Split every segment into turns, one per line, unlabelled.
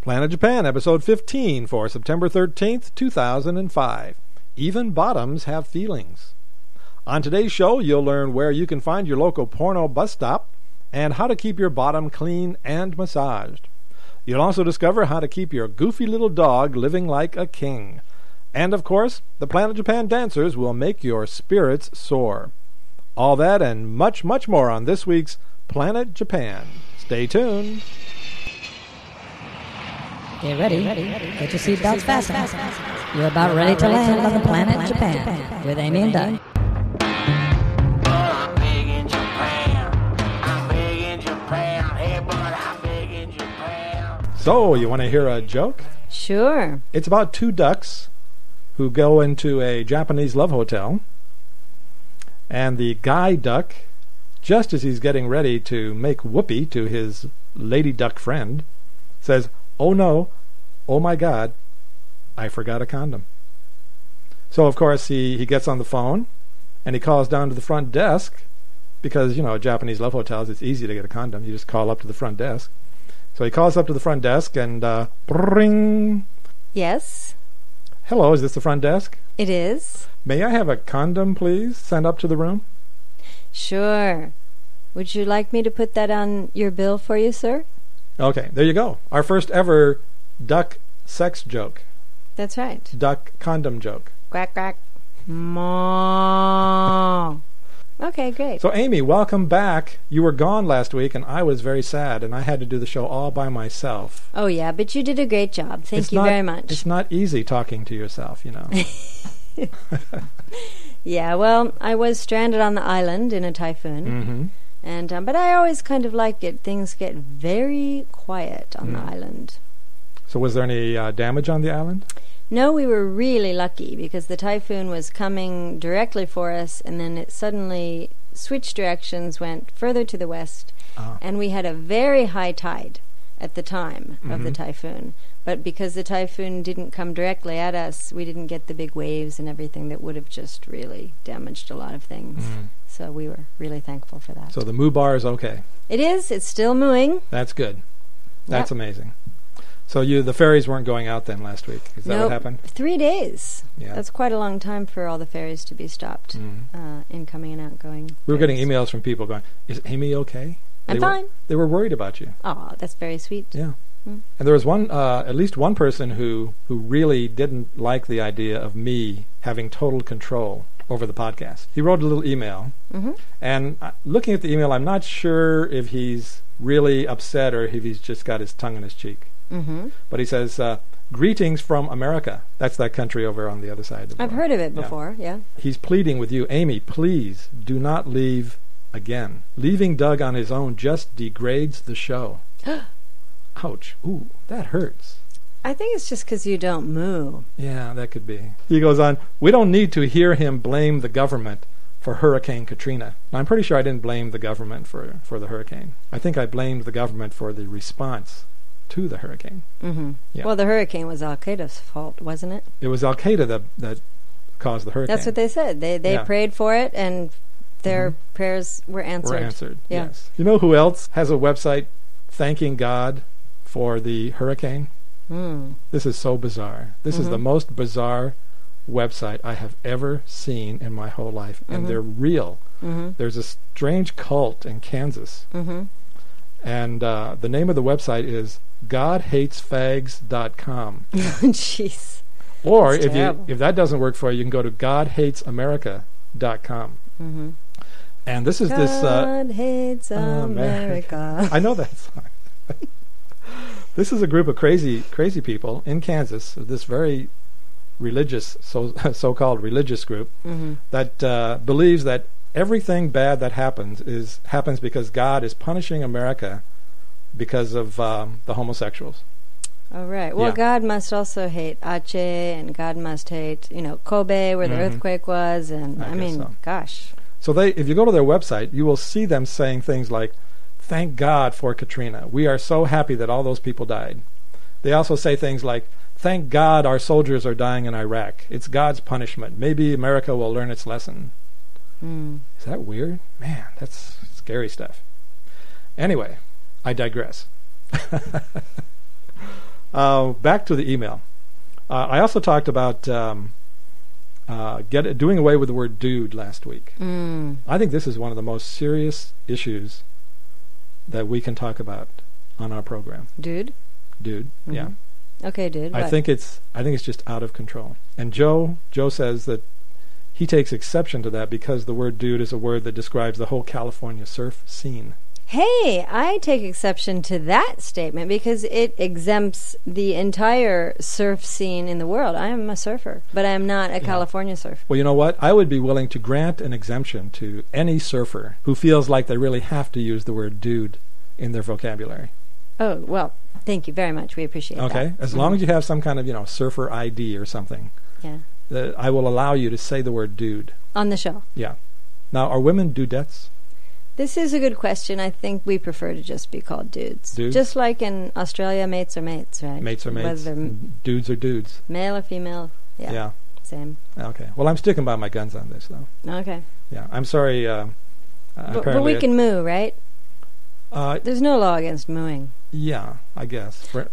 Planet Japan, Episode 15, for September 13th, 2005. Even Bottoms Have Feelings. On today's show, you'll learn where you can find your local porno bus stop and how to keep your bottom clean and massaged. You'll also discover how to keep your goofy little dog living like a king. And of course, the Planet Japan dancers will make your spirits soar. All that and much, much more on this week's Planet Japan. Stay tuned.
Get ready. Get your seatbelts fastened. You're about ready to land on the planet Japan with Amy and Doug.
I'm big in Japan. I'm big in Japan. Hey, but I'm big in Japan.
So, you want to hear a joke?
Sure.
It's about two ducks who go into a Japanese love hotel, and the guy duck, just as he's getting ready to make whoopee to his lady duck friend, says, Oh no, oh my god, I forgot a condom. So, of course, he, he gets on the phone and he calls down to the front desk because, you know, at Japanese love hotels, it's easy to get a condom. You just call up to the front desk. So he calls up to the front desk and, uh, ring.
Yes,
Hello, is this the front desk?
it is.
May I have a condom, please, sent up to the room?
Sure. Would you like me to put that on your bill for you, sir?
Okay, there you go. Our first ever duck sex joke,
That's right.
duck condom joke.
Quack, quack. Moo. Okay, great.
So, Amy, welcome back. You were gone last week, and I was very sad, and I had to do the show all by myself.
Oh, yeah, but you did a great job. Thank
It's
you
not-
very much.
It's not easy talking to yourself, you know.
Yeah, well, I was stranded on the island in a typhoon,
hmm
and um, but I always kind of like it. Things get very quiet on
Mm.
the island.
So, was there any uh, damage on the island?
No, we were really lucky because the typhoon was coming directly for us, and then it suddenly switched directions, went further to the west,
Ah.
and we had a very high tide at the time of the
Mhm.
typhoon. But because the typhoon didn't come directly at us, we didn't get the big waves and everything that would have just really damaged a lot of things.
Mhm.
So we were really thankful for that.
So, the moo bar is okay.
it is, it's still mooing.
That's good. That's
Yep.
amazing. So, you the ferries weren't going out then last week. Is that
Nope.
what happened?
Three days.
Yeah.
That's quite a long time for all the ferries to be stopped.
Mhm.
uh, incoming and outgoing.
We were getting
ferries.
emails from people going, "Is Amy okay?"
I'm
they
fine.
Were, they were worried about you.
Oh, that's very sweet.
Yeah. And there was one, uh, at least one person who who really didn't like the idea of me having total control over the podcast. He wrote a little email,
hmm
and uh, looking at the email, I'm not sure if he's really upset or if he's just got his tongue in his cheek.
hmm
But he says, uh, "Greetings from America." That's that country over on the other side. Of the
I've
world.
heard of it
Yeah.
before. Yeah.
He's pleading with you, Amy, please do not leave again. Leaving Doug on his own just degrades the show. Ouch. Ooh, that hurts.
I think it's just because you don't moo.
Yeah, that could be. He goes on, We don't need to hear him blame the government for Hurricane Katrina. Now, I'm pretty sure I didn't blame the government for, for the hurricane. I think I blamed the government for the response to the hurricane.
hmm
Yeah.
Well, the hurricane was Al Qaeda's fault, wasn't it?
It was Al Qaeda that, that caused the hurricane.
That's what they said. They they
Yeah. Mm-hmm.
prayed for it, and their prayers were answered.
were answered.
Yeah.
Yes. You know who else has a website thanking God for the hurricane?
Mm.
This is so bizarre. This
Mm-hmm.
is the most bizarre website I have ever seen in my whole life, and
Mm-hmm.
they're real.
hmm
There's a strange cult in Kansas,
hmm
and uh, the name of the website is GodHatesFags.com.
Jeez.
Or
That's
if you
terrible.
if that doesn't work for you, you can go to GodHatesAmerica.com.
Mm-hmm.
And this is
God
this. Uh, Oh,
hates
America.
America.
I know that song. this is a group of crazy, crazy people in Kansas. This very religious, so so-called religious group
hmm
that uh, believes that everything bad that happens is happens because God is punishing America because of um, the homosexuals.
All right. Well,
Yeah.
God must also hate Aceh, and God must hate, you know, Kobe, where the
Mhm.
earthquake was, and
I
I,
guess
mean,
so.
gosh.
So they, if you go to their website, you will see them saying things like, "Thank God for Katrina. We are so happy that all those people died." They also say things like, "Thank God our soldiers are dying in Iraq. It's God's punishment. Maybe America will learn its lesson."
Mm.
Is that weird? Man, that's scary stuff. Anyway, I digress. Uh, back to the email. Uh, I also talked about um, uh, get, doing away with the word dude last week.
Mm.
I think this is one of the most serious issues that we can talk about on our program.
Dude.
Dude, yeah.
Mhm. Okay, dude.
I
what?
think it's I think it's just out of control. And Joe Joe says that he takes exception to that because the word dude is a word that describes the whole California surf scene.
Hey, I take exception to that statement because it exempts the entire surf scene in the world. I am a surfer, but I am not a California surfer.
Well, you know what? I would be willing to grant an exemption to any surfer who feels like they really have to use the word dude in their vocabulary.
Oh, well, thank you very much. We appreciate that.
Okay? As long as you have some kind of, you know, surfer ID or something,
Mm-hmm. Yeah.
that I will allow you to say the word dude.
On the show.
Yeah. Now, are women dudettes?
This is a good question. I think we prefer to just be called dudes.
Dudes?
Just like in Australia, mates are mates, right?
Mates are mates.
Whether m-
Dudes are dudes.
male or female. Yeah.
yeah.
Same.
Okay. Well, I'm sticking by my guns on this, though.
Okay.
Yeah. I'm sorry. Uh,
But, but we can moo, right?
Uh,
There's no law against mooing.
yeah, I guess. Re-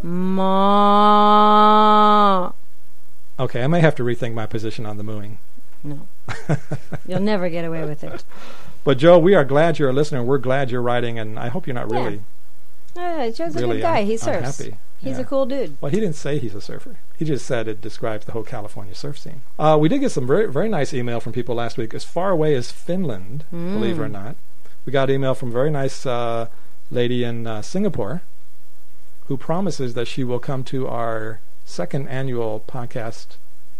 Ma.
Okay, I may have to rethink my position on the mooing.
No. You'll never get away with it.
But Joe, we are glad you're a listener. We're glad you're writing, and I hope you're not
Yeah,
really,
Uh, Joe's a
really
good guy.
un-
he surfs.
unhappy.
He's
Yeah.
a cool dude.
Well, he didn't say he's a surfer. He just said it describes the whole California surf scene. Uh, we did get some very, very nice email from people last week, as far away as Finland, believe it or not. We got email from a very nice uh, lady in uh, Singapore who promises that she will come to our second annual podcast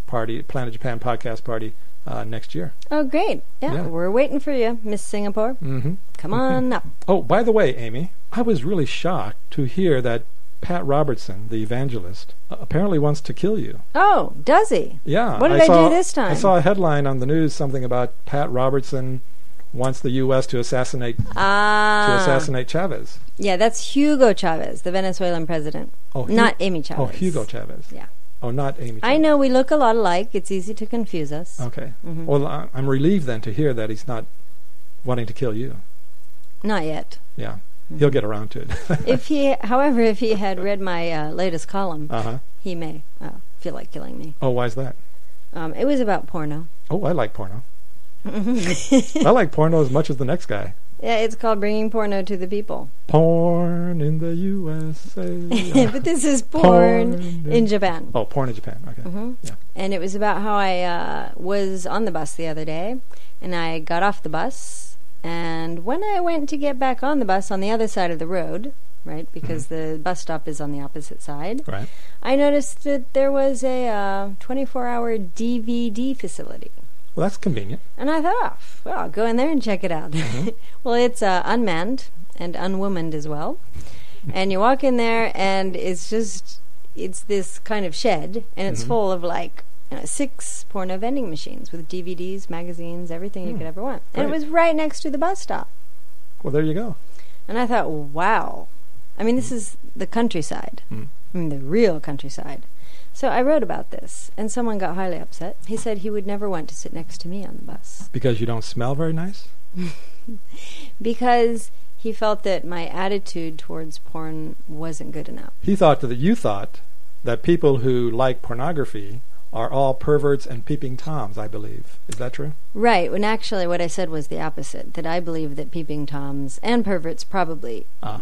party, Planet Japan podcast party, uh, next year.
Oh, great. Yeah,
Yeah.
we're waiting for you, Miss Singapore.
Mm-hmm.
Come on up.
Oh, by the way, Amy, I was really shocked to hear that Pat Robertson, the evangelist, uh, apparently wants to kill you.
Oh, does he?
Yeah.
What did I do
saw-
this
I
time?
saw a headline on the news something about Pat Robertson wants the U.S. to assassinate to
Ah.
assassinate Chavez.
Yeah, that's Hugo Chavez, the Venezuelan president.
Oh, Hu-
Not Amy Chavez.
Oh, Hugo Chavez.
Yeah.
Oh, not Amy. Chavez.
I know we look a lot alike. It's easy to confuse us.
Okay.
Mm-hmm.
Well, I- I'm relieved then to hear that he's not wanting to kill you.
Not yet.
Yeah. He'll get around to it.
Mm-hmm. if he, however, if he had read my uh, latest column,
uh huh.
he may uh, feel like killing me.
Oh, why's that?
Um, it was about porno.
Oh, I like porno. I like porno as much as the next guy.
Yeah, it's called bringing porno to the people.
Porn in the USA.
but this is porn,
Porn.
in Japan.
oh, porn in Japan. Okay.
Mm-hmm.
Yeah.
and it was about how I uh, was on the bus the other day, and I got off the bus, and when I went to get back on the bus on the other side of the road, right, because the bus stop is on the opposite side,
Right.
I noticed that there was a 24 hour DVD facility.
Well, that's convenient.
And I thought, oh, well, I'll go in there and check it out. well, it's uh, unmanned and unwomaned as well. and you walk in there, and it's just, it's this kind of shed, and it's full of like you know, six porno vending machines with DVDs, magazines, everything you could ever want. And it
Great.
was right next to the bus stop.
Well, there you go.
And I thought, wow. I mean, this is the countryside. I mean, the real countryside. So I wrote about this, and someone got highly upset. He said he would never want to sit next to me on the bus.
Because you don't smell very nice?
because he felt that my attitude towards porn wasn't good enough.
He thought that you thought that people who like pornography are all perverts and peeping toms, I believe. Is that true?
Right, when actually what I said was the opposite that I believe that peeping toms and perverts probably
Ah.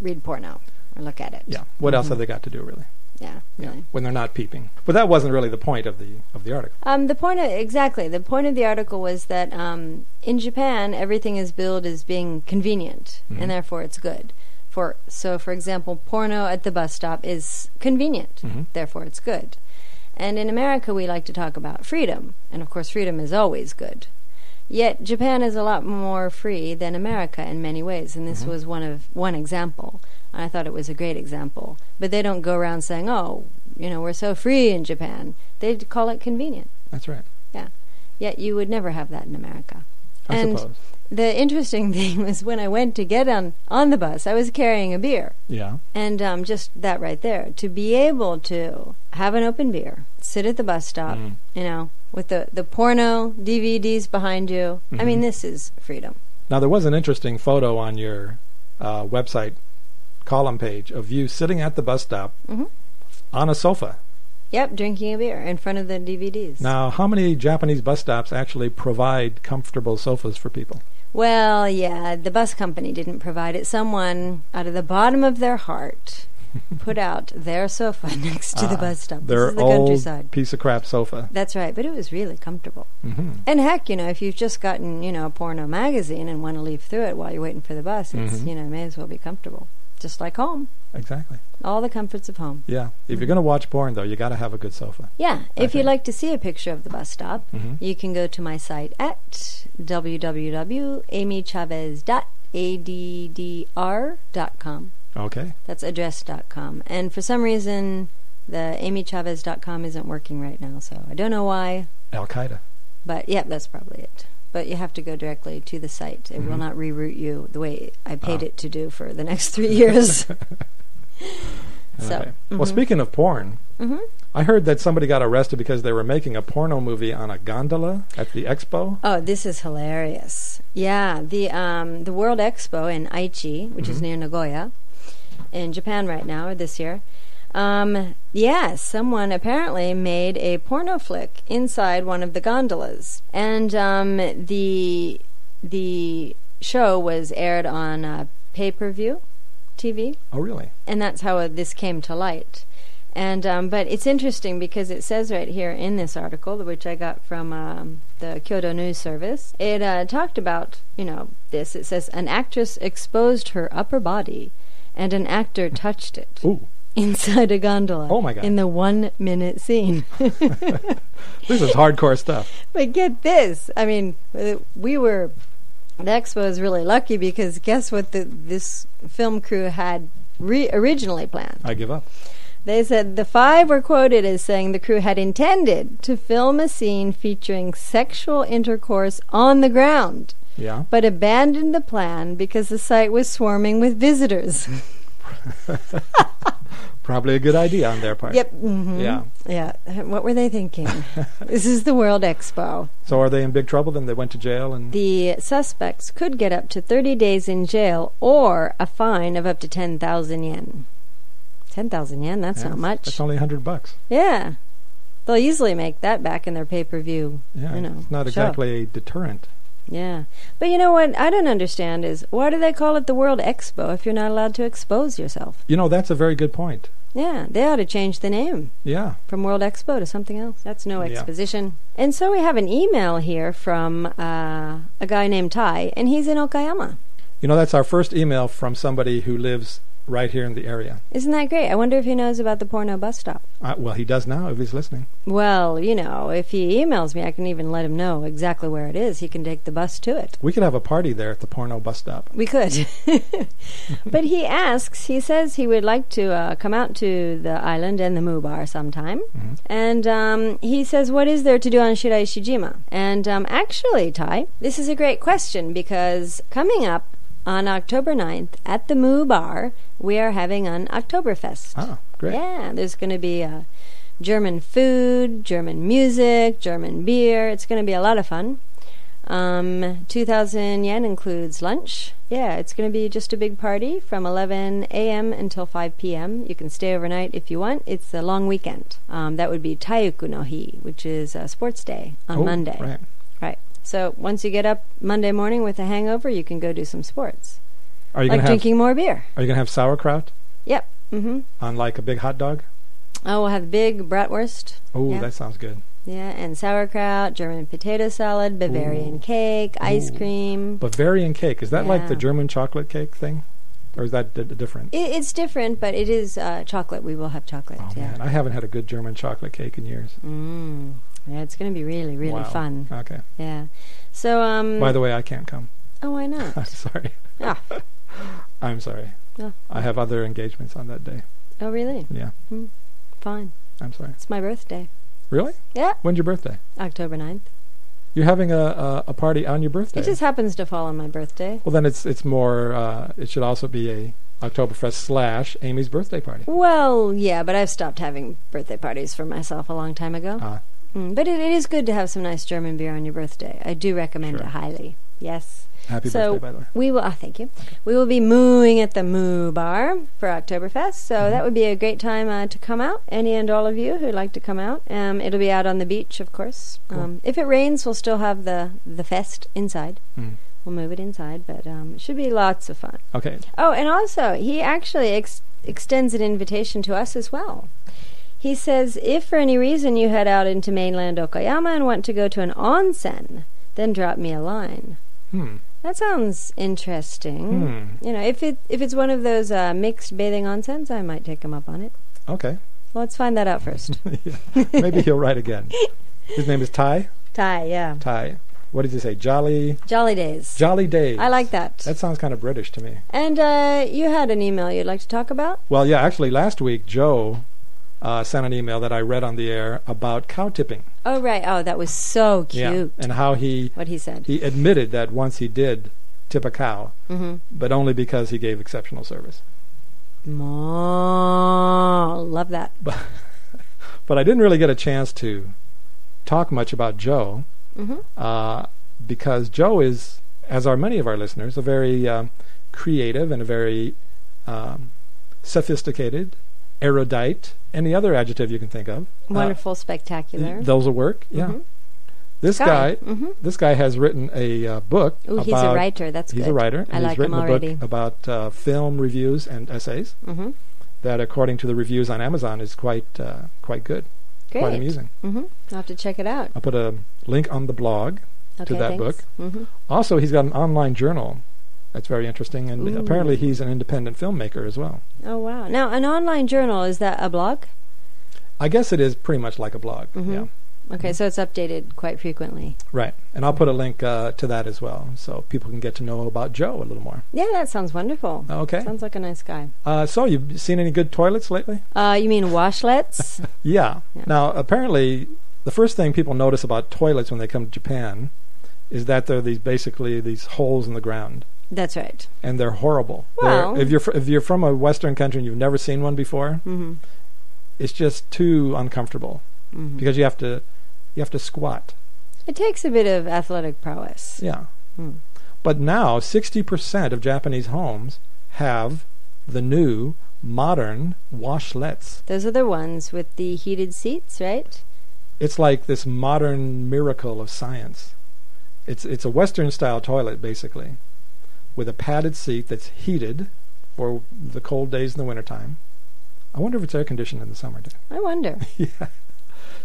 read porno or look at it.
Yeah. What else
Mm-hmm.
have they got to do really?
Yeah, really.
When they're not peeping. But that wasn't really the point of the of the article.
Um, the point of, exactly the point of the article was that um, in Japan everything is billed as being convenient and therefore it's good. For so, for example, porno at the bus stop is convenient, therefore it's good. And in America, we like to talk about freedom, and of course, freedom is always good. Yet Japan is a lot more free than America in many ways, and this was one of one example. And I thought it was a great example. But they don't go around saying, "Oh, you know, we're so free in Japan." They call it convenient.
That's right.
Yeah. Yet you would never have that in America.
I
and
suppose.
the interesting thing was when I went to get on on the bus, I was carrying a beer.
Yeah.
And um, just that right there, to be able to have an open beer, sit at the bus stop,
Mm-hmm.
you know, with the, the porno DVDs behind you. I
Mm-hmm.
mean, this is freedom.
Now there was an interesting photo on
Mm-hmm.
your uh, website column page of you sitting at the bus stop on a sofa.
Yep, drinking a beer in front of the DVDs.
Now, how many Japanese bus stops actually provide comfortable sofas for people?
Well, yeah, the bus company didn't provide it. Someone out of the bottom of their heart put out their sofa next to the
Ah,
bus stop. This
Their
is the
old
countryside.
piece of crap sofa.
That's right, but it was really comfortable.
hmm
And heck, you know, if you've just gotten, you know, a porno magazine and want to leave through it while you're waiting for the bus, it's,
Mhm.
you know, may as well be comfortable. Just like home.
Exactly.
All the comforts of home.
Yeah. If
Hmm.
you're going to watch porn, though, you got to have a good sofa.
Yeah, if
Okay.
you'd like to see a picture of the bus stop,
Mhm.
you can go to my site at www.amychavez.addr.com.
Okay.
That's address.com. And for some reason, the amychavez.com isn't working right now, so I don't know why,
Al Qaeda.
but yeah, that's probably it. But you have to go directly to the site. It will not reroute you the way I paid
Ah.
it to do for the next three years. so, mm-hmm.
Okay. Well, speaking of porn,
Mhm.
I heard that somebody got arrested because they were making a porno movie on a gondola at the expo.
Oh, this is hilarious. Yeah, the um, the World Expo in Aichi, which is near Nagoya, in Japan right now or this year. Um, yeah, someone apparently made a porno flick inside one of the gondolas, and um, the the show was aired on uh, pay per view TV
Oh, really?
and that's how uh, this came to light. And um, but it's interesting because it says right here in this article, which I got from um, the Kyoto News Service, it uh, talked about you know this. It says an actress exposed her upper body, and an actor touched it
Ooh,
inside a gondola.
Oh, my God.
In the one-minute scene.
this is hardcore stuff.
But get this. I mean, uh, we were the expo is really lucky because guess what? The, this film crew had re- originally planned.
I give up.
They said the five were quoted as saying the crew had intended to film a scene featuring sexual intercourse on the ground,
Yeah.
but abandoned the plan because the site was swarming with visitors.
Probably a good idea on their part.
yep. hmm
Yeah.
Yeah. What were they thinking? this is the World Expo.
So are they in big trouble? Then they went to jail and.
The suspects could get up to 30 days in jail or a fine of up to 10,000 yen. 10,000 yen, that's
Yeah,
not much.
That's only a hundred bucks.
yeah. They'll easily make that back in their pay per view
Yeah.
I know.
It's not
Sure.
exactly a deterrent.
Yeah. But you know what I don't understand is why do they call it the World Expo if you're not allowed to expose yourself?
You know, that's a very good point.
Yeah, they ought to change the name
Yeah.
from World Expo to something else. That's no
Yeah.
exposition. And so we have an email here from uh, a guy named Ty, and he's in Okayama.
You know, that's our first email from somebody who lives right here in the area.
Isn't that great? I wonder if he knows about the porno bus stop.
Uh, well, he does now if he's listening.
Well, you know, if he emails me, I can even let him know exactly where it is. He can take the bus to it.
We could have a party there at the porno bus stop.
We could. but he asks, he says he would like to uh, come out to the island and the Mubar sometime. And um, he says, What is there to do on Shiraishijima? And um, actually, Ty, this is a great question because coming up on October 9th at the Mubar, we are having an Oktoberfest.
Ah, great.
Yeah, there's going to be uh, German food, German music, German beer. It's going to be a lot of fun. Um, 2,000 yen includes lunch. Yeah, it's going to be just a big party from 11 a.m. until 5 p.m. You can stay overnight if you want. It's a long weekend. Um, that would be Taiuku no Hi, which is a sports day on
Oh,
Monday.
Right.
Right. So once you get up Monday morning with a hangover, you can go do some sports,
Are you
like
gonna have
drinking more beer.
Are you gonna have sauerkraut
Yep. Mm-hmm.
on like a big hot dog?
Oh, we'll have big bratwurst.
Oh,
Yeah.
that sounds good.
Yeah, and sauerkraut, German potato salad, Bavarian
Ooh.
cake, ice
Ooh.
cream.
Bavarian cake is that like the
Yeah.
German chocolate cake thing, or is that d- d- different?
It, it's different, but it is uh, chocolate. We will have chocolate.
Oh
yeah.
man, I haven't had a good German chocolate cake in years.
Mm. Yeah, it's going to be really, really
Wow.
fun.
Okay.
Yeah. So, um.
By the way, I can't come.
oh, why
I'm
not?
sorry.
Ah.
I'm sorry.
Yeah.
I have other engagements on that day.
Oh, really?
Yeah.
Fine.
I'm sorry.
It's my birthday.
Really?
Yeah,
When's your birthday?
October 9th.
You're having a a, a party on your birthday.
It just happens to fall on my birthday.
well, then it's it's more. Uh, it should also be a Oktoberfest slash Amy's birthday party.
Well, yeah, but I've stopped having birthday parties for myself a long time ago.
Ah.
Mm, but it, it is good to have some nice German beer on your birthday. I do recommend
Sure.
it highly. Yes.
Happy
so
birthday, by the way.
we will. Oh, thank you. We will be mooing at the Moo Bar for Oktoberfest, so that would be a great time uh, to come out. Any and all of you who'd like to come out, um, it'll be out on the beach, of course. Um, if it rains, we'll still have the the fest inside.
Mm.
We'll move it inside, but um, it should be lots of fun.
Okay.
Oh, and also, he actually ex- extends an invitation to us as well. He says, if for any reason you head out into mainland Okayama and want to go to an onsen, then drop me a line.
Hmm.
That sounds interesting.
Hmm.
You know, if it if it's one of those uh, mixed bathing onsens, I might take him up on it.
Okay.
Let's find that out first.
Maybe he'll write again. His name is Ty.
Thai, yeah,
Ty. What did you say? Jolly.
jolly days.
Jolly Days.
I like that.
That sounds kind of British to me.
and uh, you had an email you'd like to talk about?
Well, yeah, actually, last week Joe uh, sent an email that I read on the air about cow tipping.
Oh right. Oh, that was so cute.
Yeah, and how he
What he said.
he admitted that once he did tip a cow,
Mhm.
but only because he gave exceptional service.
Ma, love that.
But I didn't really get a chance to talk much about Joe
Mhm.
uh, because Joe is, as are many of our listeners, a very um, creative and a very um, sophisticated, erudite, any other adjective you can think of. Uh,
Wonderful, spectacular.
Those will work. Yeah.
Mhm.
This guy,
hmm
this guy has written a uh, book.
Ooh,
about,
he's a writer. That's
He's
good.
a writer. And
I
he's
like him
written a
already.
book about uh, film reviews and essays
Mm-hmm.
that, according to the reviews on Amazon, is quite uh, quite good,
Great.
quite amusing.
Mm-hmm. I'll have to check it out.
I put a link on the blog.
Okay,
that
thanks.
book.
Mm-hmm.
Also, he's got an online journal that's very interesting, and
Ooh.
apparently he's an independent filmmaker as well.
Oh wow! Now, an online journal is that a blog?
I guess it is pretty much like a blog.
Mhm.
Yeah,
Okay, so it's updated quite frequently.
right. And I'll put a link uh, to that as well, so people can get to know about Joe a little more.
Yeah, that sounds wonderful.
Okay.
Sounds like a nice guy.
Uh, so, you've seen any good toilets lately?
Uh, you mean washlets?
Yeah.
Yeah.
Now, apparently, the first thing people notice about toilets when they come to Japan is that they're these basically these holes in the ground,
That's right.
and they're horrible.
Well-
they're, if you're fr- if you're from a Western country and you've never seen one before,
Mm-hmm.
it's just too uncomfortable
Mhm.
because you have to you have to squat.
It takes a bit of athletic prowess.
Yeah.
Hmm.
But now, sixty percent of Japanese homes have the new modern washlets.
Those are the ones with the heated seats, right?
it's like this modern miracle of science. It's it's a Western style toilet basically, with a padded seat that's heated for the cold days in the wintertime. I wonder if it's air conditioned in the summer. too.
I wonder.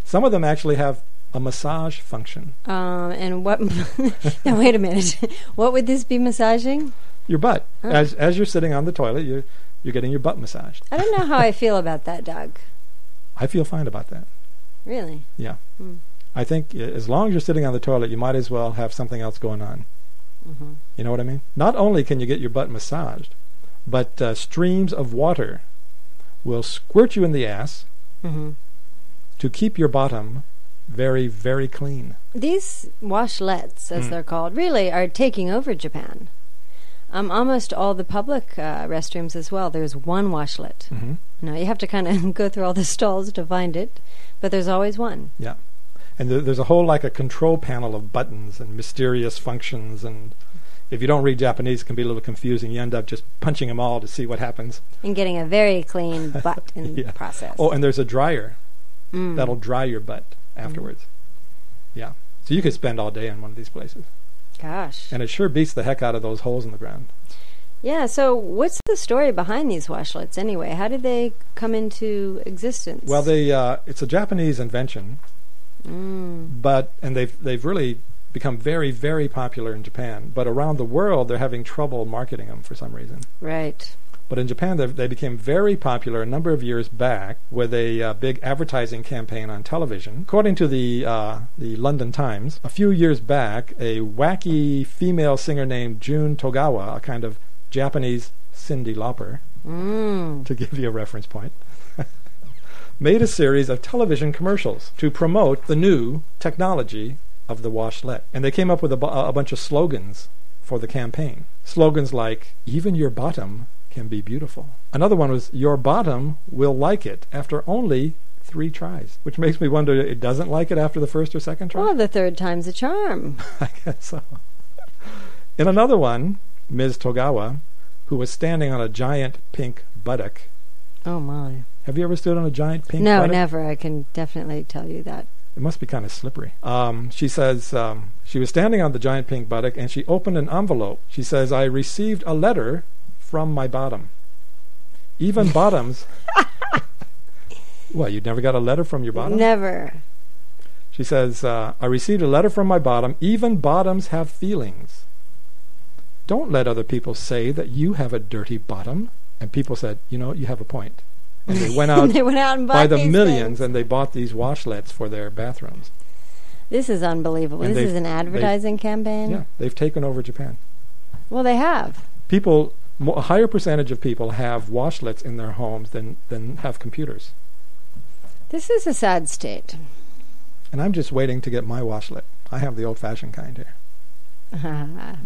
Some of them actually have a massage function.
Um, and what? now wait a minute. what would this be massaging?
Your butt,
Oh.
as as you're sitting on the toilet, you're you're getting your butt massaged.
I don't know how I feel about that, Doug.
I feel fine about that.
Really?
Yeah,
Hmm.
I think uh, as long as you're sitting on the toilet, you might as well have something else going on.
Mm-hmm.
You know what I mean? Not only can you get your butt massaged, but uh, streams of water will squirt you in the ass
Mm-hmm.
to keep your bottom very, very clean.
These washlets, as
Mm.
they're called, really are taking over Japan. Um, almost all the public uh, restrooms as well. There's one washlet.
Mm-hmm.
Now you have to kind of go through all the stalls to find it, but there's always one.
Yeah. And th- there's a whole like a control panel of buttons and mysterious functions and if you don't read Japanese, it can be a little confusing. You end up just punching them all to see what happens.
And getting a very clean butt in
Yeah.
the process.
Oh, and there's a dryer
Mm.
that'll dry your butt afterwards. Yeah. So you could spend all day in one of these places.
gosh.
And it sure beats the heck out of those holes in the ground.
Yeah. So, what's the story behind these washlets anyway? How did they come into existence?
Well, they uh, it's a Japanese invention,
Mm.
but and they've they've really become very very popular in Japan. But around the world, they're having trouble marketing them for some reason.
Right.
But in Japan, they they became very popular a number of years back with a uh, big advertising campaign on television. According to the uh, the London Times, a few years back, a wacky female singer named June Togawa, a kind of Japanese Cindy Lauper,
Mm.
to give you a reference point, made a series of television commercials to promote the new technology of the washlet. And they came up with a, bu- a bunch of slogans for the campaign. Slogans like, even your bottom can be beautiful. Another one was, your bottom will like it after only three tries, which makes me wonder, it doesn't
Oh,
like it after the first or second try?
Well, the third time's a charm.
I guess so. In another one, Ms. Togawa, who was standing on a giant pink buttock.
Oh my.
Have you ever stood on a giant pink
no,
buttock?
never. I can definitely tell you that.
It must be kind of slippery. Um, she says um, she was standing on the giant pink buttock and she opened an envelope. She says, "I received a letter from my bottom." Even bottoms. well, you never got a letter from your bottom.
Never.
She says, uh, "I received a letter from my bottom. Even bottoms have feelings. Don't let other people say that you have a dirty bottom." And people said, "You know, you have a point." And they went out
they went out and bought
by the
these
millions
things.
and they bought these washlets for their bathrooms.
This is unbelievable.
And
This
they've-
is an advertising campaign.
Yeah, they've taken over Japan.
Well, they have.
People, mo- a higher percentage of people have washlets in their homes than, than have computers.
This is a sad state.
And I'm just waiting to get my washlet. I have the old fashioned kind here.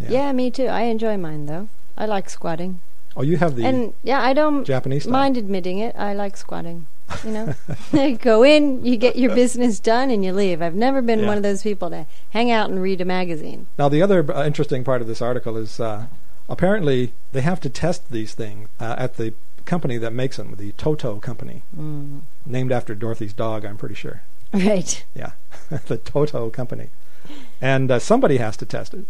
yeah. me too. I enjoy mine though. I like squatting.
Oh, you have the
and yeah, I don't
Japanese style.
mind admitting it. I like squatting. You know, you go in, you get your business done, and you leave. I've never been
Yeah.
one of those people to hang out and read a magazine.
Now, the other uh, interesting part of this article is uh, apparently they have to test these things uh, at the company that makes them, the Toto company,
Mm-hmm.
named after Dorothy's dog, I'm pretty sure.
Right.
Yeah, the Toto company. And uh, somebody has to test it.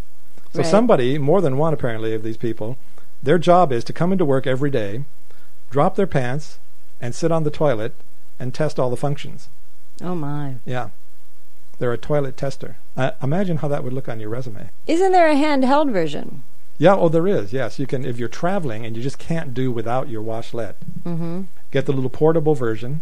So
Right.
somebody, more than one apparently of these people, their job is to come into work every day, drop their pants, and sit on the toilet and test all the functions.
Oh my!
Yeah. They're a toilet tester. Uh, imagine how that would look on your resume.
Isn't there a handheld version?
Yeah, oh, there is. Yes, you can if you're traveling and you just can't do without your washlet.
Mm-hmm.
Get the little portable version,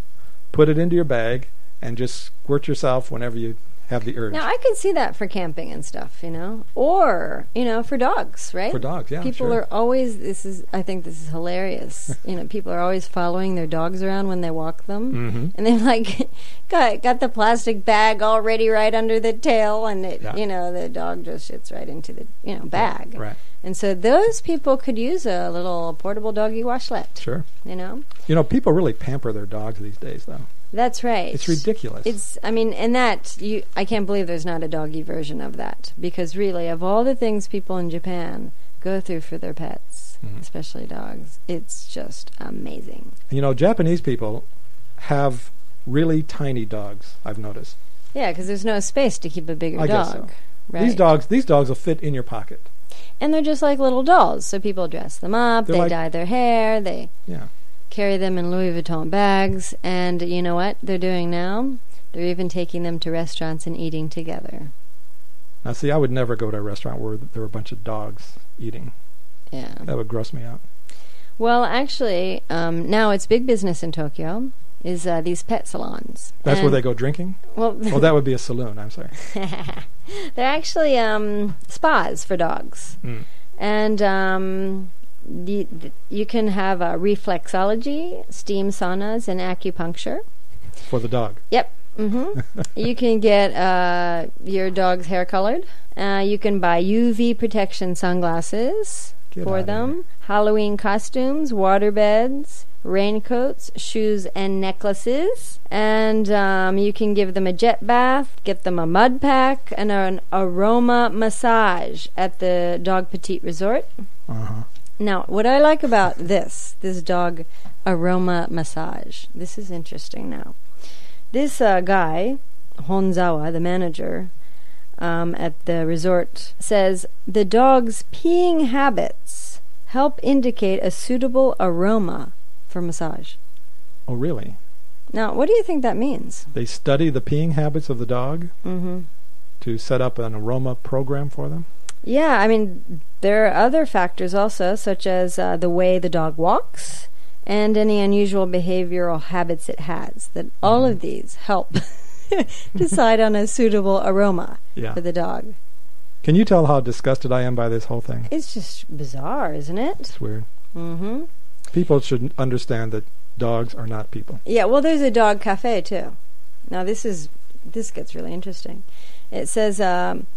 put it into your bag, and just squirt yourself whenever you have the urge.
Now I can see that for camping and stuff, you know, or you know, for dogs, right?
For dogs, yeah,
People
sure.
are always. This is. I think this is hilarious. you know, people are always following their dogs around when they walk them,
Mhm.
and they're like, got got the plastic bag already right under the tail, and it,
Yeah.
you know, the dog just shits right into the you know bag.
Right.
And so those people could use a little portable doggy washlet.
Sure.
You know,
You know, people really pamper their dogs these days, though.
that's right.
It's ridiculous.
It's I mean, and that you I can't believe there's not a doggy version of that because really of all the things people in Japan go through for their pets,
Mm-hmm.
especially dogs, it's just amazing.
you know, Japanese people have really tiny dogs. I've noticed
Yeah, because there's no space to keep a bigger
I guess
dog.
so.
Right.
these dogs. These dogs will fit in your pocket.
and they're just like little dolls. So people dress them up,
They're
they
like-
dye their hair, they
Yeah.
carry them in Louis Vuitton bags, and you know what they're doing now? They're even taking them to restaurants and eating together.
Now, see, I would never go to a restaurant where there were a bunch of dogs eating.
Yeah.
That would gross me out.
Well, actually, um, now it's big business in Tokyo. Is uh, these pet salons?
That's where
And-
they go drinking.
Well,
Oh, that would be a saloon. I'm sorry.
they're actually um, spas for dogs,
Mm.
and um, the, the, you can have uh, reflexology, steam saunas, and acupuncture.
For the dog.
Yep. hmm you can get uh, your dog's hair colored. Uh, you can buy UV protection sunglasses
Get
for
outta
them, Halloween costumes, water beds, raincoats, shoes, and necklaces. And um, you can give them a jet bath, get them a mud pack, and an aroma massage at the Dog Petite Resort.
Uh huh.
Now, what I like about this, this dog aroma massage, this is interesting now. This uh, guy, Honzawa, the manager um, at the resort, says the dog's peeing habits help indicate a suitable aroma for massage.
Oh, really?
Now, what do you think that means?
They study the peeing habits of the dog
Mm-hmm.
to set up an aroma program for them.
Yeah, I mean, there are other factors also, such as uh, the way the dog walks and any unusual behavioral habits it has, that all of these help decide on a suitable aroma
Yeah.
for the dog.
Can you tell how disgusted I am by this whole thing?
It's just bizarre, isn't it?
It's weird.
hmm
People should understand that dogs are not people.
Yeah, well, there's a dog cafe too. Now this is this gets really interesting. It says um,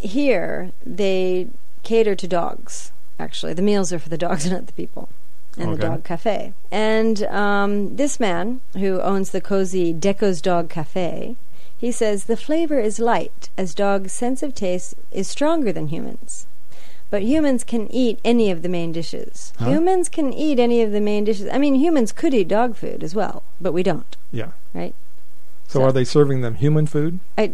here they cater to dogs. Actually, the meals are for the dogs, not the people. And the
Okay.
dog cafe. And um, this man who owns the cozy Deco's Dog Cafe, he says the flavor is light, as dogs' sense of taste is stronger than humans. But humans can eat any of the main dishes.
Huh?
Humans can eat any of the main dishes. I mean, humans could eat dog food as well, but we don't.
Yeah.
Right.
So,
So-
are they serving them human food?
I,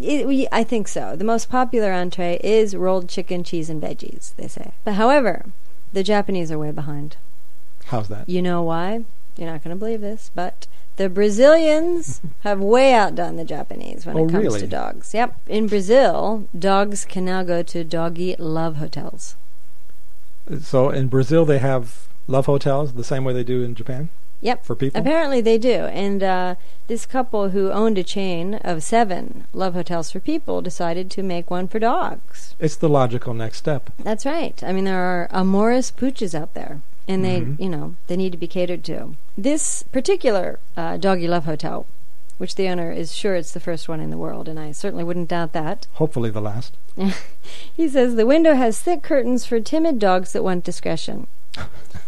it, we, I think so. The most popular entree is rolled chicken, cheese, and veggies. They say. But however, the Japanese are way behind.
How's that?
You know why? You're not going to believe this, but the Brazilians have way outdone the Japanese when
Oh,
it comes
really?
to dogs. Yep. In Brazil, dogs can now go to doggy love hotels.
So in Brazil they have love hotels the same way they do in Japan
Yep.
for people.
Apparently they do. And uh, this couple who owned a chain of seven love hotels for people decided to make one for dogs.
It's the logical next step.
That's right. I mean, there are amorous pooches out there, and they,
Mhm.
you know, they need to be catered to. This particular uh, doggy love hotel, which the owner is sure it's the first one in the world, and I certainly wouldn't doubt that.
Hopefully the last.
He says the window has thick curtains for timid dogs that want discretion.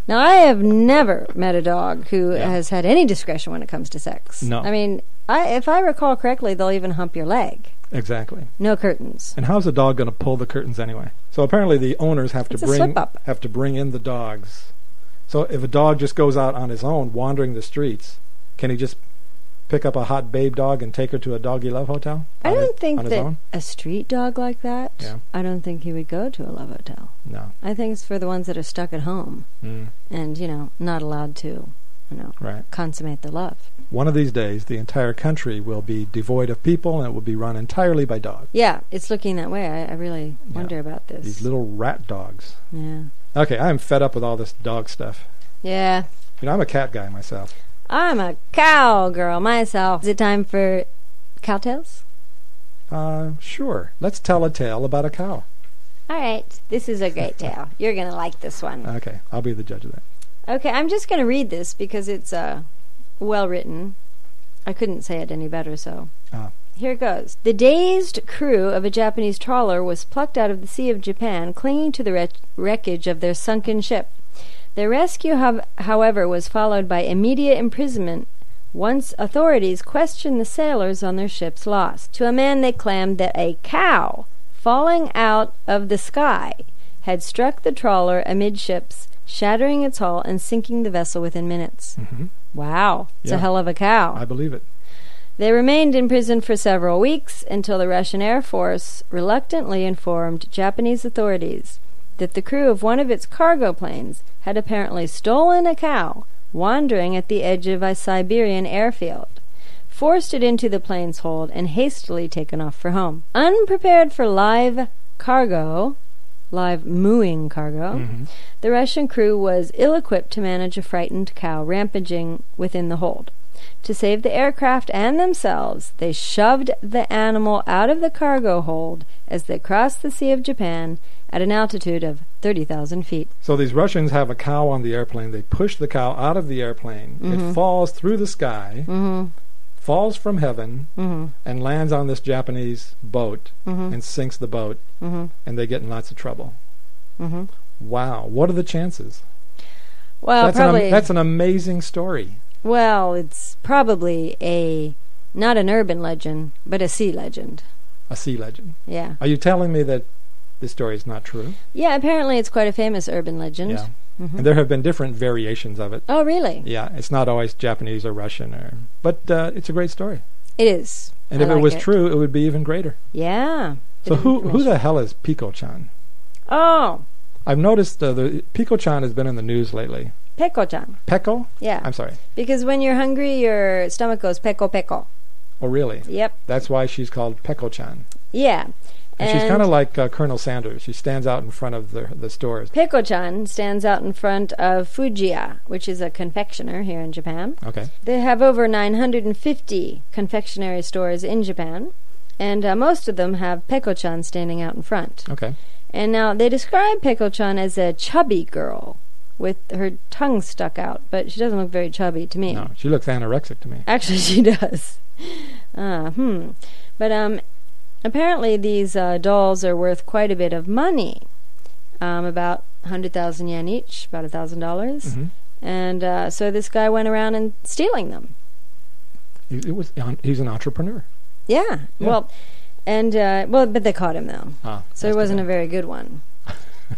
now, I have never met a dog who
Yeah.
has had any discretion when it comes to sex.
No.
I mean, I, if I recall correctly, they'll even hump your leg.
Exactly.
No curtains.
And how's a dog going to pull the curtains anyway? So apparently the owners have to
It's a
bring
slip-up.
have to bring in the dogs. So if a dog just goes out on his own wandering the streets, can he just pick up a hot babe dog and take her to a doggy love hotel?
I
On his-
don't think
on his
that
own?
a street dog like that,
Yeah.
I don't think he would go to a love hotel.
No.
I think it's for the ones that are stuck at home
Mm,
and, you know, not allowed to, you know,
right.
consummate their love.
One of these days the entire country will be devoid of people and it will be run entirely by dogs.
Yeah, it's looking that way. I, I really
Yeah.
wonder about this.
These little rat dogs.
yeah.
Okay, I'm fed up with all this dog stuff.
Yeah.
You know, I'm a cat guy myself.
I'm a cowgirl myself. Is it time for cowtails?
Uh, sure. Let's tell a tale about a cow.
All right. This is a great tale. You're going to like this one.
Okay, I'll be the judge of that.
Okay, I'm just going to read this because it's uh, well written. I couldn't say it any better, so.
Ah.
Here it goes. The dazed crew of a Japanese trawler was plucked out of the Sea of Japan, clinging to the wreck- wreckage of their sunken ship. Their rescue, hov- however, was followed by immediate imprisonment once authorities questioned the sailors on their ship's loss. To a man, they claimed that a cow falling out of the sky had struck the trawler amidships, shattering its hull and sinking the vessel within minutes.
Mhm.
Wow, it's
Yeah.
a hell of a cow.
I believe it.
They remained in prison for several weeks until the Russian Air Force reluctantly informed Japanese authorities that the crew of one of its cargo planes had apparently stolen a cow wandering at the edge of a Siberian airfield, forced it into the plane's hold, and hastily taken off for home. Unprepared for live cargo, live mooing cargo,
Mhm.
the Russian crew was ill equipped to manage a frightened cow rampaging within the hold. To save the aircraft and themselves, they shoved the animal out of the cargo hold as they crossed the Sea of Japan at an altitude of 30,000 feet.
So these Russians have a cow on the airplane. They push the cow out of the airplane. It
Mm-hmm.
falls through the sky,
Mm
falls from heaven,
hmm. Mm
and lands on this Japanese boat
hmm. Mm
and sinks the boat,
hmm. Mm
and they get in lots of trouble.
hmm. Mm hmm.
Wow, what are the chances?
Well,
that's,
Uh, probably.
an, am- that's an amazing story.
well, it's probably a. Not an urban legend, but a sea legend.
A sea legend.
Yeah.
Are you telling me that this story is not true?
Yeah, apparently it's quite a famous urban legend.
Yeah.
Mhm.
And there have been different variations of it.
Oh, really?
Yeah, it's not always Japanese or Russian or, but uh, it's a great story.
It is.
And
I
if it
like
was true, it would be even greater.
Yeah.
So
Good
who who
information.
the hell is Pico-chan?
Oh,
I've noticed uh, the Pico-chan has been in the news lately.
Peko-chan.
Peko?
Yeah.
I'm sorry.
Because when you're hungry, your stomach goes peko peko.
Oh, really?
Yep.
That's why she's called Peko-chan.
Yeah.
And, she's kind of like uh, Colonel Sanders. She stands out in front of the the stores.
Peko-chan stands out in front of Fujiya, which is a confectioner here in Japan.
Okay.
They have over 950 confectionery stores in Japan, and uh, most of them have Peko-chan standing out in front.
Okay.
And now they describe Peko-chan as a chubby girl with her tongue stuck out, but she doesn't look very chubby to me.
No, she looks anorexic to me.
Actually, she does. Uh, hmm. But um, apparently, these uh, dolls are worth quite a bit of money. Um, about hundred thousand yen each, about thousand dollars.
Mhm.
And uh, so this guy went around and stealing them.
He, it was he's an entrepreneur.
Yeah.
Yeah.
Well, and uh, well, but they caught him though,
Ah,
so
that's
he
too
wasn't a
bad.
very good one.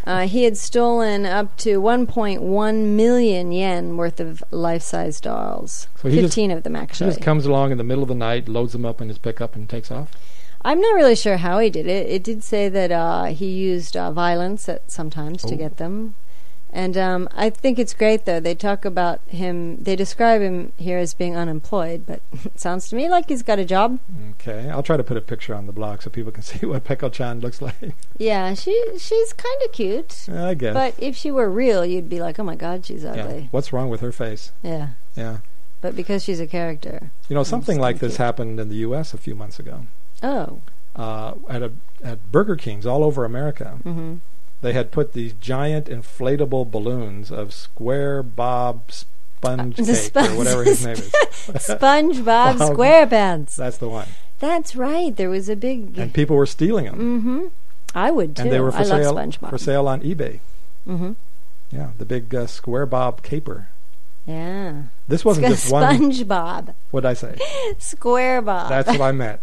Uh, he had stolen up to 1.1 million yen worth of life-size dolls.
So he just-
15 of them,
She
actually.
just comes along in the middle of the night, loads them up in his pickup, and takes off.
I'm not really sure how he did it. It did say that uh, he used uh, violence at sometimes to
Oh.
get them. And um, I think it's great, though. They talk about him, they describe him here as being unemployed, but it sounds to me like he's got a job.
Okay, I'll try to put a picture on the blog so people can see what Peko Chan looks like.
Yeah, she she's kind of cute.
I guess.
But if she were real, you'd be like, oh my god, she's
yeah.
ugly.
What's wrong with her face?
Yeah.
Yeah.
But because she's a character.
You know, something
so
like this
cute.
happened in the U.S. a few months ago.
Oh.
Uh, at a at Burger King's all over America,
Mm-hmm.
they had put these giant inflatable balloons of Square Bob Sponge
Uh, the
Cake
spon-
or whatever his name is.
SpongeBob
Wow.
SquarePants.
That's the one.
That's right. There was a big.
And people were stealing them,
mm-hmm. I would too.
and they were for
I
sale
love SpongeBob.
for sale on eBay.
Mm-hmm.
Yeah, the big uh, Square Bob caper.
Yeah.
This wasn't just one.
SpongeBob.
What did I say?
SquareBob.
That's what I meant.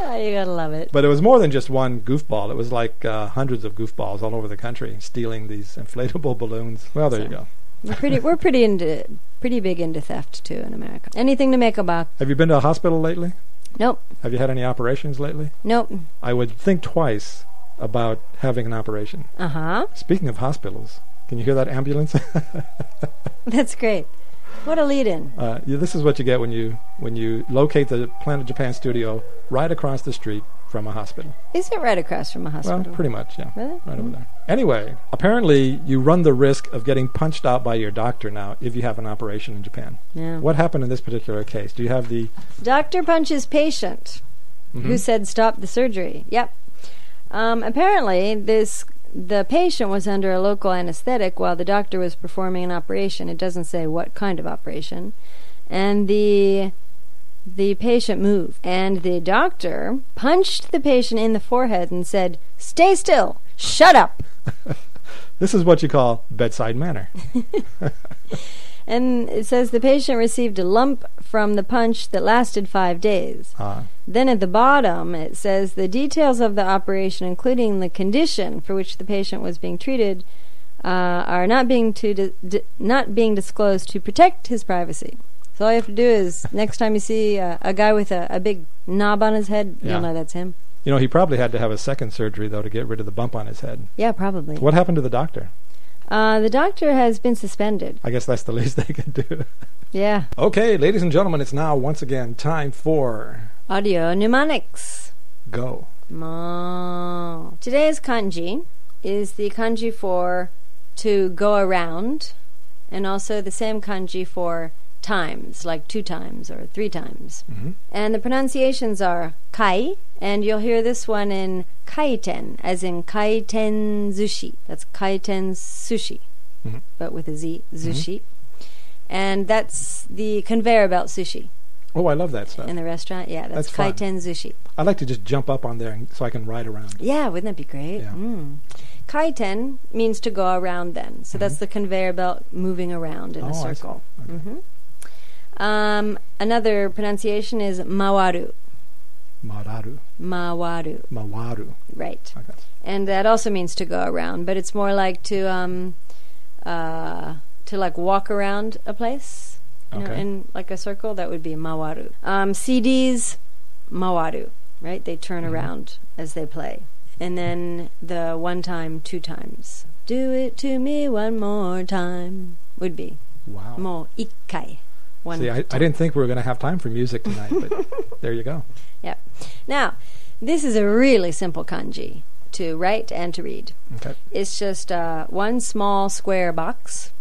Oh, you gotta love it.
But it was more than just one goofball. It was like uh, hundreds of goofballs all over the country stealing these inflatable balloons. Well, there you
So-
go.
We're pretty. We're pretty into. Pretty big into theft too in America. Anything to make a buck.
Have you been to a hospital lately?
Nope.
Have you had any operations lately?
Nope.
I would think twice about having an operation.
Uh huh.
Speaking of hospitals, can you hear that ambulance?
That's great. What a lead in.
uh, yeah, this is what you get when you when you locate the Planet Japan studio right across the street from a hospital.
Is it right across from a hospital?
Well, pretty much, yeah.
Really? Hmm.
Right over there. Anyway, apparently you run the risk of getting punched out by your doctor now if you have an operation in Japan.
Yeah.
What happened in this particular case? Do you have the
Doctor punches patient who said stop the surgery. Yep. Um, apparently, this the patient was under a local anesthetic while the doctor was performing an operation. It doesn't say what kind of operation, and the the patient moved, and the doctor punched the patient in the forehead and said, "Stay still, shut up."
This is what you call bedside manner.
And it says the patient received a lump from the punch that lasted five days.
Uh,
Then at the bottom, it says the details of the operation, including the condition for which the patient was being treated, uh, are not being to di- di- not being disclosed to protect his privacy. So all you have to do is next time you see uh, a guy with a, a big knob on his head,
Yeah.
you'll know that's him.
you know, he probably had to have a second surgery though to get rid of the bump on his head.
Yeah, probably.
What happened to the doctor?
Uh, the doctor has been suspended.
I guess that's the least they could do.
Yeah,
okay, ladies and gentlemen, it's now once again time for
audio mnemonics.
go.
Ma. Today's kanji is the kanji for to go around, and also the same kanji for times, like two times or three times.
Mhm.
And the pronunciations are kai, and you'll hear this one in kaiten, as in kaiten zushi. That's kaiten sushi,
Mhm.
but with a z, zushi. And that's the conveyor belt sushi
Oh, I love that stuff.
in the restaurant. Yeah, that's,
That's fun.
kaiten zushi.
I'd like to just jump up on there and, so I can ride around.
Yeah, wouldn't that be great?
Yeah.
Mm. Kaiten means to go around then. So that's the conveyor belt moving around in
Mm-hmm. Oh, I
a
see.
circle. hmm Um, another pronunciation is mawaru.
Mararu,
Mawaru.
Mawaru.
Right.
Okay.
And that also means to go around, but it's more like to um, uh, to like walk around a place. You know,
Okay.
in like a circle, that would be mawaru. Um, CDs, mawaru, right? They turn
Mm-hmm.
around as they play. And then the one time, two times. Do it to me one more time would be
Wow.
mo ikkai. One
Oh. See, I, I didn't think we were going to have time for music tonight, but there you go.
Yep. Now, this is a really simple kanji to write and to read.
Okay.
It's just uh, one small square box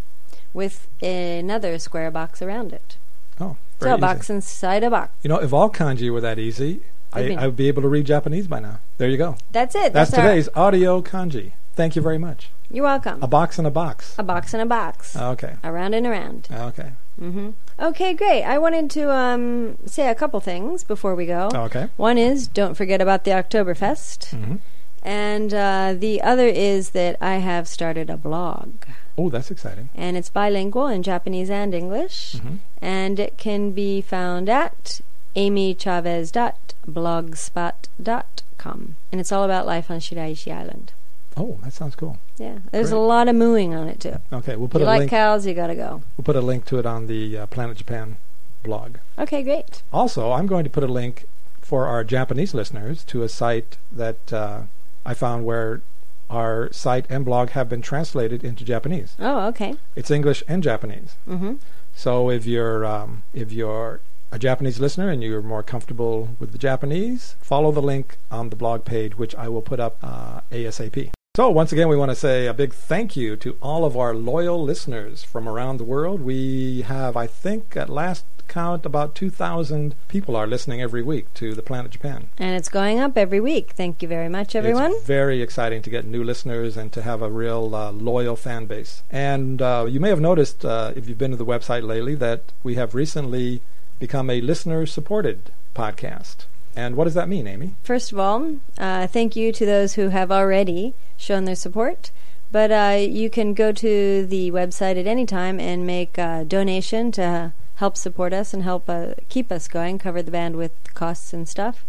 with another square box around it.
Oh,
So
very
a
easy.
box inside a box.
You know, if all kanji were that easy, I,
Wouldn't it?
I would be able to read Japanese by now. There you go.
That's it.
That's,
our-
today's audio kanji. Thank you very much.
You're welcome.
A box and a box. Oh,
A box in a box.
Okay. Oh,
around and around.
Okay.
hmm Okay, great. I wanted to um, say a couple things before we go.
Oh, Okay.
One is don't forget about the Oktoberfest.
Mhm.
And uh, the other is that I have started a blog.
Oh, that's exciting.
and it's bilingual in Japanese and English.
Mhm.
And it can be found at amychavez.blogspot.com. com, and it's all about life on Shiraishi Island.
Oh, that sounds cool.
Yeah, there's
Great.
a lot of mooing on it too.
Okay, we'll put
you
a
like
link.
cows, you gotta go.
we'll put a link to it on the uh, Planet Japan blog.
Okay, great.
Also, I'm going to put a link for our Japanese listeners to a site that uh, I found where our site and blog have been translated into Japanese.
Oh, okay.
It's English and Japanese.
Mm-hmm.
So if you're um, if you're a Japanese listener and you're more comfortable with the Japanese, follow the link on the blog page, which I will put up uh, ASAP. So once again, we want to say a big thank you to all of our loyal listeners from around the world. We have, I think, at last count, about 2,000 people are listening every week to the Planet Japan.
And it's going up every week. Thank you very much, everyone.
It's very exciting to get new listeners and to have a real uh, loyal fan base. And uh, you may have noticed, uh, if you've been to the website lately, that we have recently become a listener supported podcast. And what does that mean, Amy?
First of all, uh, thank you to those who have already shown their support. But uh, you can go to the website at any time and make a donation to help support us and help uh, keep us going, cover the bandwidth costs and stuff.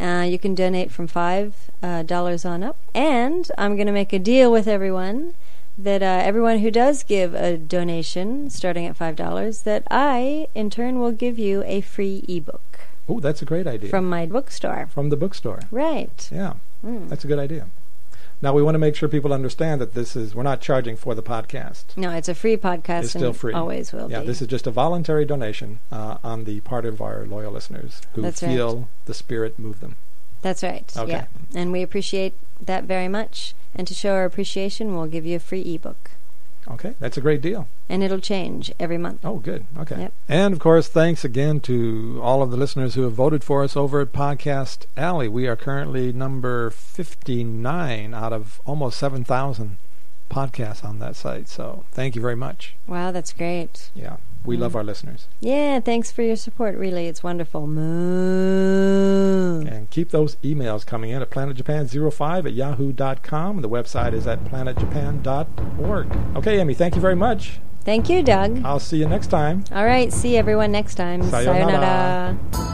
Uh, you can donate from $5 uh, dollars on up. And I'm going to make a deal with everyone that uh, everyone who does give a donation starting at $5, that I, in turn, will give you a free ebook
Oh, that's a great idea.
from my bookstore.
From the bookstore.
Right.
Yeah,
Mm.
that's a good idea. Now, we want to make sure people understand that this is, we're not charging for the podcast.
No, it's a free podcast.
It's
and
still free.
Always will
Yeah,
be.
this is just a voluntary donation uh, on the part of our loyal listeners who
That's right.
feel the spirit move them.
That's right.
Okay.
Yeah, and we appreciate that very much. And to show our appreciation, we'll give you a free ebook,
Okay, that's a great deal.
and it'll change every month.
Oh, good. Okay.
Yep.
And of course, thanks again to all of the listeners who have voted for us over at Podcast Alley. We are currently number 59 out of almost 7,000 podcasts on that site. So thank you very much.
Wow, that's great.
Yeah. We love our listeners.
Yeah, thanks for your support. Really, it's wonderful. Moo.
And keep those emails coming in at planetjapan05 at yahoo.com. And the website is at planetjapan.org. Okay, Amy, thank you very much.
Thank you, Doug.
I'll see you next time.
All right, see everyone next time.
Sayonara.
Sayonara.